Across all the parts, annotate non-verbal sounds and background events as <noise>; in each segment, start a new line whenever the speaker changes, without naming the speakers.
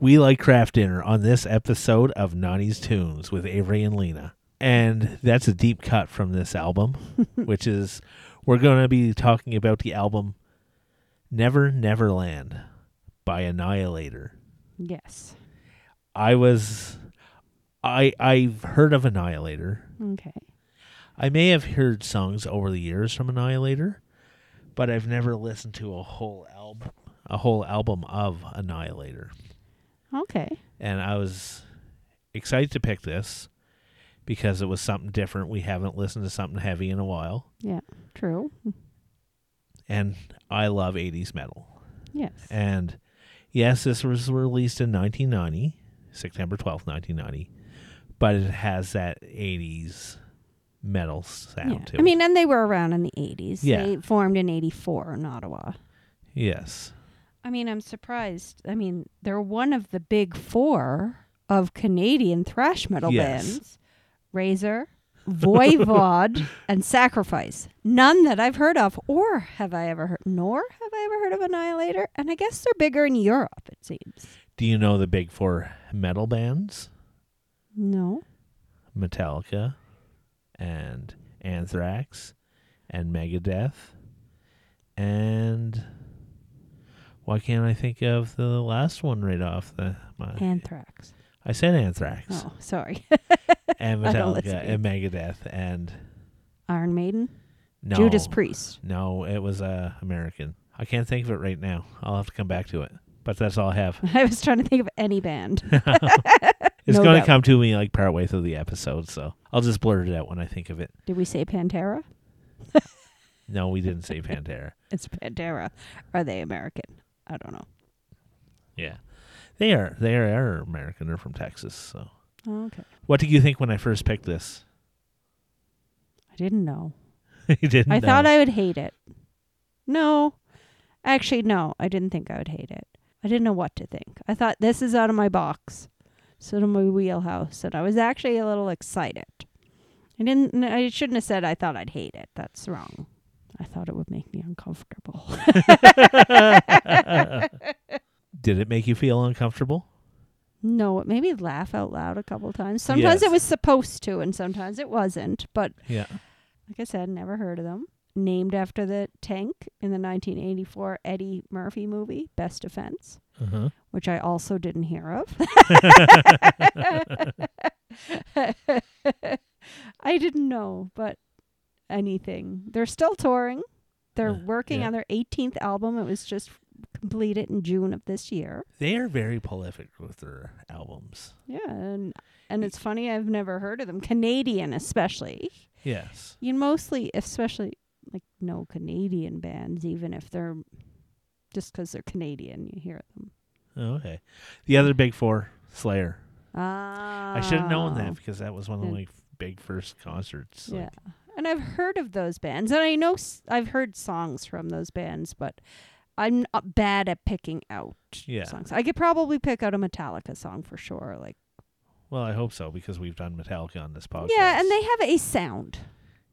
We like craft dinner on this episode of Nani's Tunes with Avery and Lena. And that's a deep cut from this album, which is we're going to be talking about the album Never Neverland by Annihilator.
Yes.
I was I I've heard of Annihilator.
Okay.
I may have heard songs over the years from Annihilator, but I've never listened to a whole album a whole album of Annihilator.
Okay.
And I was excited to pick this because it was something different. We haven't listened to something heavy in a while,
True.
and I love 80s metal.
Yes.
And yes, this was released in 1990, September 12th, 1990, but it has that 80s metal
Yeah.
sound to it.
I mean, and they were around in the 80s.
Yeah.
They formed in 84 in Ottawa.
yes.
I mean, I'm surprised. I mean, they're one of the big four of Canadian thrash metal
Yes.
bands Razor,
<laughs>
Voivod, and Sacrifice. None that I've heard of, or have I ever heard, nor have I ever heard of Annihilator. And I guess they're bigger in Europe, it seems.
Do you know the big four metal bands?
No.
Metallica and Anthrax and Megadeth and why can't I think of the last one right off the my
Anthrax.
I said Anthrax
Oh, sorry. <laughs>
and
Oh. I don't
Metallica
listen to
and Megadeth and
Iron Maiden,
no
Judas Priest.
No, it was uh American. I can't think of it right now. I'll have to come back to it. But that's all I have. <laughs>
<laughs> I was trying to think of any band.
It's
No
going to
doubt.
come to me like partway through the episode, so I'll just blurt it out when I think of it.
Did we say Pantera?
No, we didn't say Pantera.
It's Pantera. Are they American? I don't know.
Yeah. They are they are American. They're from Texas. So
Okay.
what did you think when I first picked this? <laughs>
I didn't know.
you didn't
I
know.
thought I would hate it. No. Actually, no. I didn't think I would hate it. I didn't know what to think. I thought this is out of my box, it's out of my wheelhouse, and I was actually a little excited. I didn't. I shouldn't have said I thought I'd hate it. That's wrong. I thought it would make me uncomfortable.
<laughs> Did it make you feel uncomfortable?
No, it made me laugh out loud a couple times. Sometimes
Yes.
it was supposed to, and sometimes it wasn't. But
Yeah.
like I said, never heard of them. Named after the tank in the 1984 Eddie Murphy movie, Best Defense,
Uh-huh.
which I also didn't hear of. <laughs> I didn't know, but anything. They're still touring. They're
Yeah,
working
Uh, yeah.
on their 18th album. It was just completed in June of this year.
They are very prolific with their albums.
Yeah, and and it's funny I've never heard of them. Canadian, especially.
Yes.
You mostly, especially like no Canadian bands, even if they're just 'cause they're Canadian, you hear them.
Okay. The other big four, Slayer.
Ah,
I should have known that because that was one of
Oh. Yeah.
my f- big first concerts.
Oh. Yeah,
like-
and I've heard of those bands, and I know s- I've heard songs from those bands, but I'm uh, bad at picking out
Yeah.
songs. I could probably pick out a Metallica song for sure. Like,
Well, I hope so because we've done Metallica on this podcast.
yeah, and they have a sound.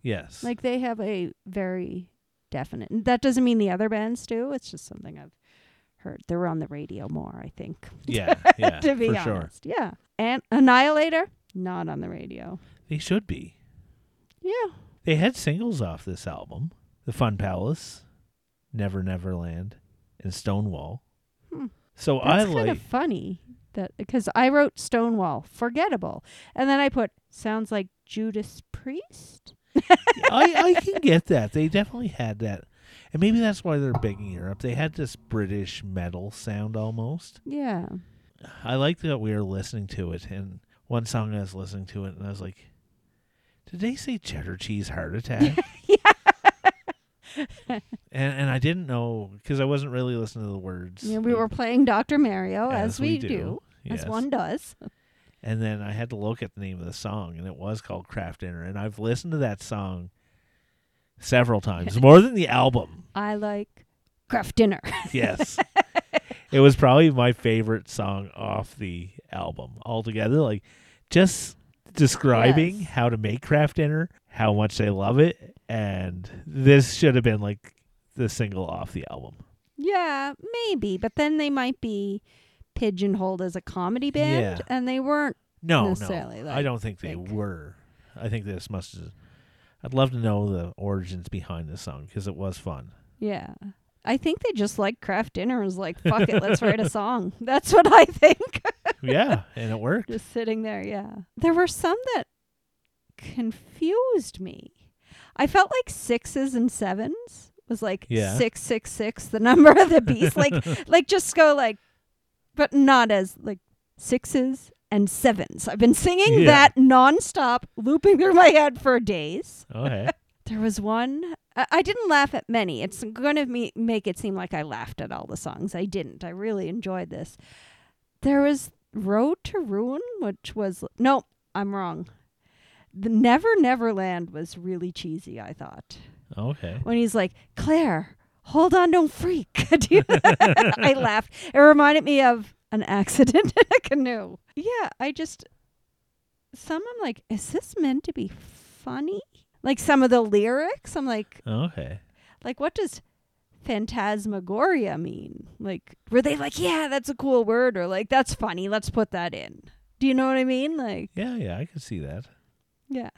Yes.
Like they have a very definite. and That doesn't mean the other bands do. It's just something I've heard. They're on the radio more, I think.
yeah, yeah.
<laughs> to be
for sure.
honest, yeah. And Annihilator not on the radio.
They should be.
Yeah.
They had singles off this album The Fun Palace, Never Never Land, and Stonewall.
Hmm.
So I
That's
like.
<laughs> kind of funny that because I wrote Stonewall, forgettable, and then I put sounds like Judas Priest.
I, I can get that. They definitely had that. And maybe that's why they're big in Europe. They had this British metal sound almost.
Yeah.
I liked that we were listening to it. And one song I was listening to it, and I was like, did they say cheddar cheese heart attack?
<laughs>
and, and I didn't know because I wasn't really listening to the words.
yeah we were playing Dr. Mario Oh, as, we, do,
Yes.
as one does.
And then I had to look at the name of the song, and it was called Craft Dinner. And I've listened to that song several times, more than the album.
I like craft dinner.
Yes.
<laughs>
it was probably my favorite song off the album altogether. Like, just describing
Yes.
how to make craft dinner, how much they love it. And this should have been like the single off the album.
Yeah, maybe, but then they might be pigeonholed as a comedy band,
Yeah. Oh,
and they weren't.
No,
necessarily,
no,
like,
I don't think they
think.
were. I think this must. have- I'd love to know the origins behind this song because it was
<laughs>
fun.
Yeah. I think they just liked craft dinner and was like, fuck it, let's write a song. <laughs> That's what I think.
yeah, and it worked.
just sitting there, yeah. There were some that confused me. I felt like sixes and sevens was like
Yeah.
six six six, the number of the
<laughs>
beast. like like just go like but not as like sixes and sevens. I've been singing
Yeah.
that nonstop, looping through my head for days.
Okay.
There was one. I, I didn't laugh at many. It's going to me- make it seem like I laughed at all the songs. I didn't. I really enjoyed this. There was Road to Ruin, which was no, I'm wrong. The Never Neverland was really cheesy. I thought
Okay.
when he's like Claire, hold on, don't freak. <laughs> Do you- I laughed. It reminded me of an accident in a canoe. Yeah, I just some I'm like, is this meant to be funny? Like some of the lyrics, I'm like,
Okay.
like what does phantasmagoria mean? Like were they like, yeah, that's a cool word, or like that's funny, let's put that in. Do you know what I mean? Like,
Yeah, yeah, I could see that.
yeah.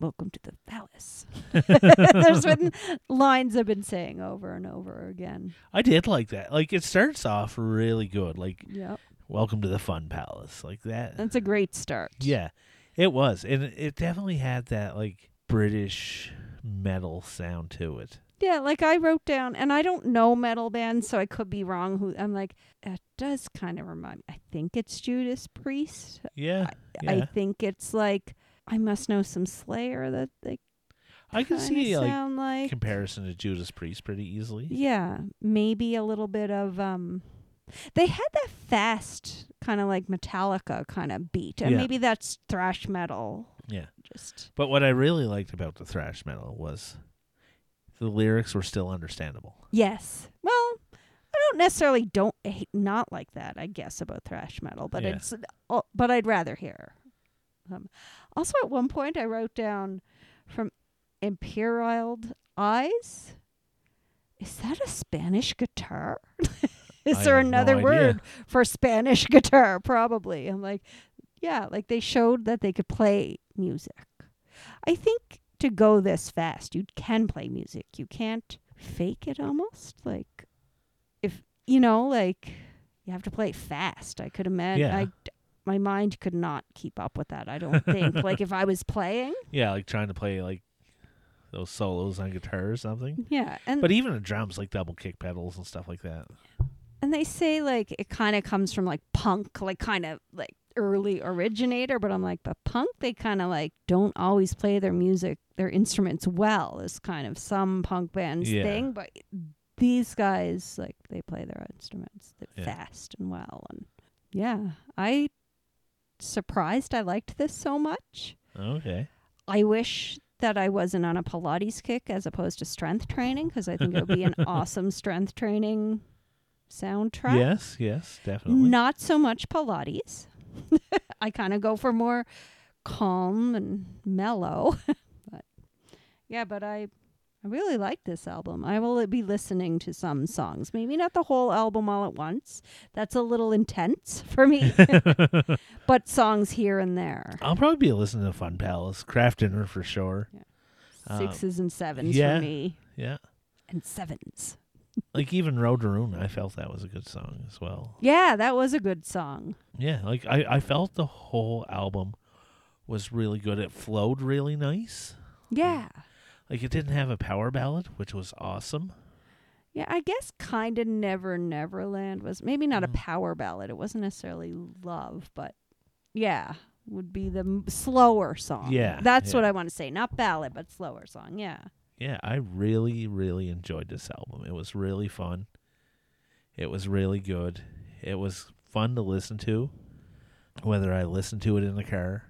Welcome to the palace. <laughs> There's certain lines I've been saying over and over again.
I did like that. Like it starts off really good. Like
Yep.
welcome to the fun palace. Like that.
That's a great start.
Yeah. It was. And it- it definitely had that like British metal sound to it.
Yeah, like I wrote down, and I don't know metal bands, so I could be wrong. Who I'm like, that does kind of remind me. I think it's Judas Priest.
Yeah.
I
Yeah.
think it's like I must know some Slayer that they
I, can
kinda
see like
sound like.
comparison to Judas Priest pretty easily.
yeah, maybe a little bit of um. They had that fast kind of like Metallica kind of beat, and
Yeah.
maybe that's thrash metal.
Yeah.
Just
But what I really liked about the thrash metal was the lyrics were still understandable.
yes, well. I don't necessarily don't hate, not like that. I guess about thrash metal, but
Yeah.
it's oh, but I'd rather hear. Um, also, at one point, I wrote down from imperial eyes. Is that a Spanish guitar? <laughs> Is
I
there
have no
another
idea.
word for Spanish <laughs> guitar? Probably. I'm like, yeah, like they showed that they could play music. I think to go this fast, you can play music. You can't fake it almost. Like, if, you know, like you have to play it fast. I could imagine.
Yeah.
I, my mind could not keep up with that. I don't think. like if I was playing,
Yeah, like trying to play like those solos on guitar or something.
yeah, and
But even the drums, like double kick pedals and stuff like that.
and they say like it kind of comes from like punk, like kind of like early originator. But I'm like, but punk, they kind of like don't always play their music, their instruments well. Is kind of some punk bands
Yeah.
thing, but these guys like they play their instruments th-
Yeah.
fast and well, and yeah, I surprised I liked this so much.
Okay.
I wish that I wasn't on a Pilates kick as opposed to strength training because I think it would be
<laughs>
an awesome strength training soundtrack.
Yes, yes, definitely.
Not so much Pilates. <laughs> I kind of go for more calm and mellow. <laughs> but yeah, but I I really like this album. I will be listening to some songs. Maybe not the whole album all at once. That's a little intense <laughs>
<laughs>
for me. but songs here and there.
I'll probably be listening to Fun Palace, Craft Dinner for sure. Um,
Sixes and sevens
yeah.
for me.
Yeah.
and sevens.
Like even Road to Ruin, I felt that was a good song as well.
Yeah, that was a good song.
Yeah, like I, I felt the whole album was really good. It flowed really nice.
Yeah.
Like it didn't have a power ballad, which was awesome.
Yeah, I guess kind of Never Neverland was maybe not a
Mm.
power ballad. It wasn't necessarily love, but yeah, would be the m- slower song.
Yeah,
That's
yeah.
what I want to say. Not ballad, but slower song. Yeah.
Yeah, I really, really enjoyed this album. It was really fun. It was really good. It was fun to listen to, whether I listened to it in the car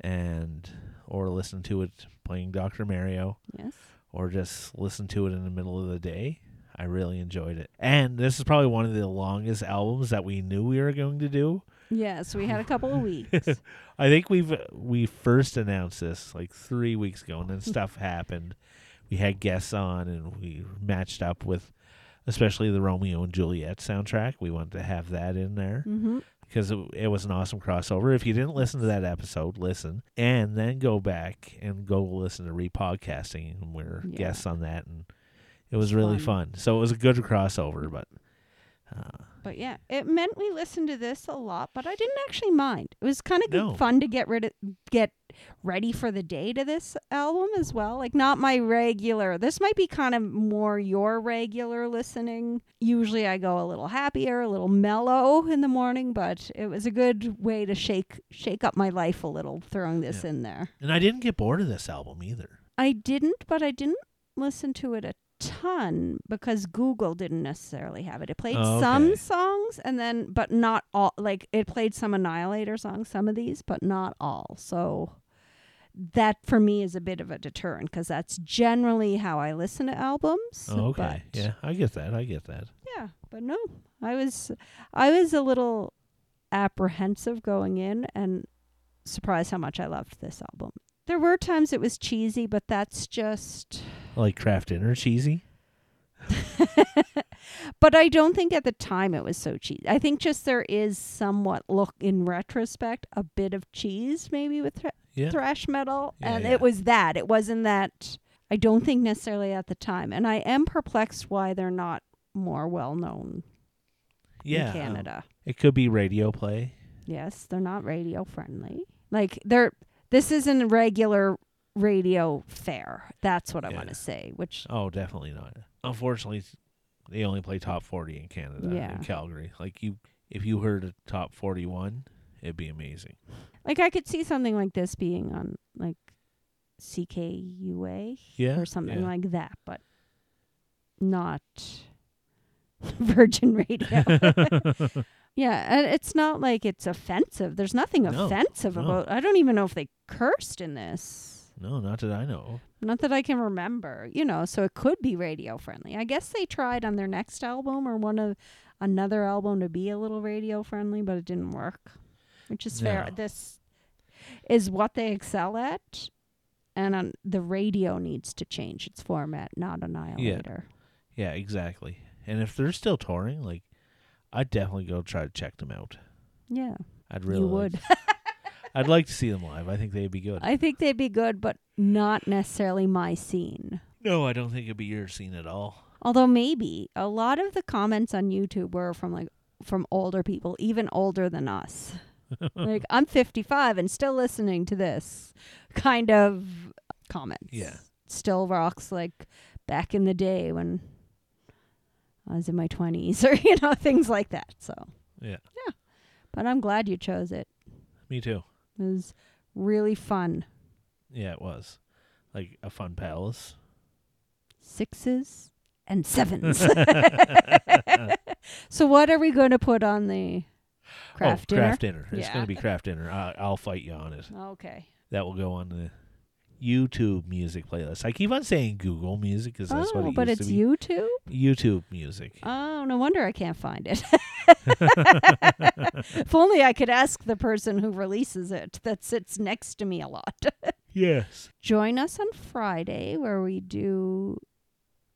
and or listened to it playing Dr. Mario
Yes.
or just listened to it in the middle of the day. I really enjoyed it. And this is probably one of the longest albums that we knew we were going to do.
Yes, we had a couple
<laughs>
of weeks. Mm-hmm.
I think we've we first announced this like three weeks ago, and then stuff happened. We had guests on, and we matched up with especially the Romeo and Juliet soundtrack. We wanted to have that in there
Mm-hmm.
because it, it was an awesome crossover. If you didn't listen to that episode, listen and then go back and go listen to repodcasting, and we're
Yeah.
guests on that, and it was really
Fun.
fun. So it was a good crossover, but uh,
But yeah, it meant we listened to this a lot, but I didn't actually mind. It was kind of
No.
fun to get rid of, get ready for the day to this album as well. Like not my regular. This might be kind of more your regular listening. Usually I go a little happier, a little mellow in the morning, but it was a good way to shake shake up my life a little throwing this in there.
and I didn't get bored of this album either.
I didn't, but I didn't listen to it a ton because Google didn't necessarily have it. It played
Oh,
some
okay.
songs and then but not all like it played some Annihilator songs, some of these, but not all. So that for me is a bit of a deterrent because that's generally how I listen to albums.
Oh, okay,
but-
yeah, I get that. I get that.
yeah, but no, I was I was a little apprehensive going in and surprised how much I loved this album. There were times it was cheesy, but that's just
Like craft dinner cheesy.
but I don't think at the time it was so cheesy. I think just there is somewhat look in retrospect a bit of cheese maybe with thr-
Yeah.
thrash metal,
Yeah,
and
yeah.
it was that. It wasn't that. I don't think necessarily at the time, and I am perplexed why they're not more well known
Yeah.
in
um,
Canada.
it could be radio play.
Yes, they're not radio friendly. Like they're this isn't regular radio fare. That's what I
Yeah.
want to say. Which
Oh, definitely not. Unfortunately, they only play top 40 in Canada
Yeah.
in Calgary. Like you if you heard a top 41, it'd be amazing.
like I could see something like this being on like CKUA
Yeah.
or something
yeah.
like that, but not <laughs> Virgin
<laughs>
Radio. yeah, and it's not like it's offensive. There's nothing
No,
offensive
no.
about. I don't even know if they cursed in this.
No, not that I know.
Not that I can remember, you know, so it could be radio friendly. I guess they tried on their next album or one of another album to be a little radio friendly, but it didn't work. Which is fair.
No.
This is what they excel at. And on the radio needs to change its format, not Annihilator.
Yeah, exactly. And if they're still touring, like I'd definitely go try to check them out.
Yeah,
I'd really
you
like-
would.
<laughs> I'd like to see them live. I think they'd be good.
<laughs> I think they'd be good, but not necessarily my scene.
no, I don't think it'd be your scene at all.
Although maybe a lot of the comments on YouTube were from like from older people, even older than
<laughs>
us. like I'm 55 and still listening to this kind of comments.
Yeah.
Still rocks like back in the day when I was in my 20s <laughs> or you know things like that. So.
Yeah.
Yeah. But I'm glad you chose it.
Me too.
It was really fun.
Yeah, it was. Like a fun palace.
Sixes and
<laughs>
sevens. <laughs> so what are we going to put on the craft
oh,
dinner?
craft dinner. It's
Yeah.
going to be craft dinner. I, I'll fight you on it.
Okay.
That will go on the YouTube music playlist. I keep on saying Google Music because that's
oh,
what it
but
used
it's
to be.
YouTube.
YouTube Music.
Oh, <laughs> no wonder I can't find it. <laughs> if only I could ask the person who releases it that sits next to me a lot.
<laughs>
<laughs>
yes.
Join us on Friday where we do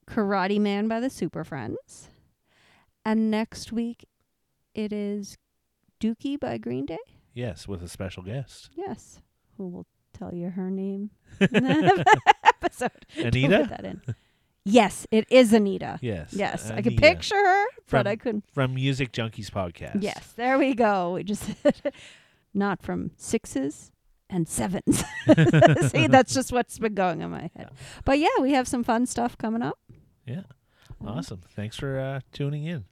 Karate Man by the Super Friends. And next week it is Dookie by Green Day.
Yes, with a special
<laughs>
guest.
Yes. Who will tell you her name <laughs> in the episode.
<laughs>
Don't
Anita?
Put that in. Yes, it is Anita.
Yes.
Yes, I
Anita
could picture her, but
From-
I couldn't.
From Music Junkies Podcast.
Yes, there we go. We just <laughs> not from sixes and sevens. <laughs> See, that's just what's been going on my head. But yeah, we have some fun stuff coming up.
Awesome. Thanks for uh, tuning in.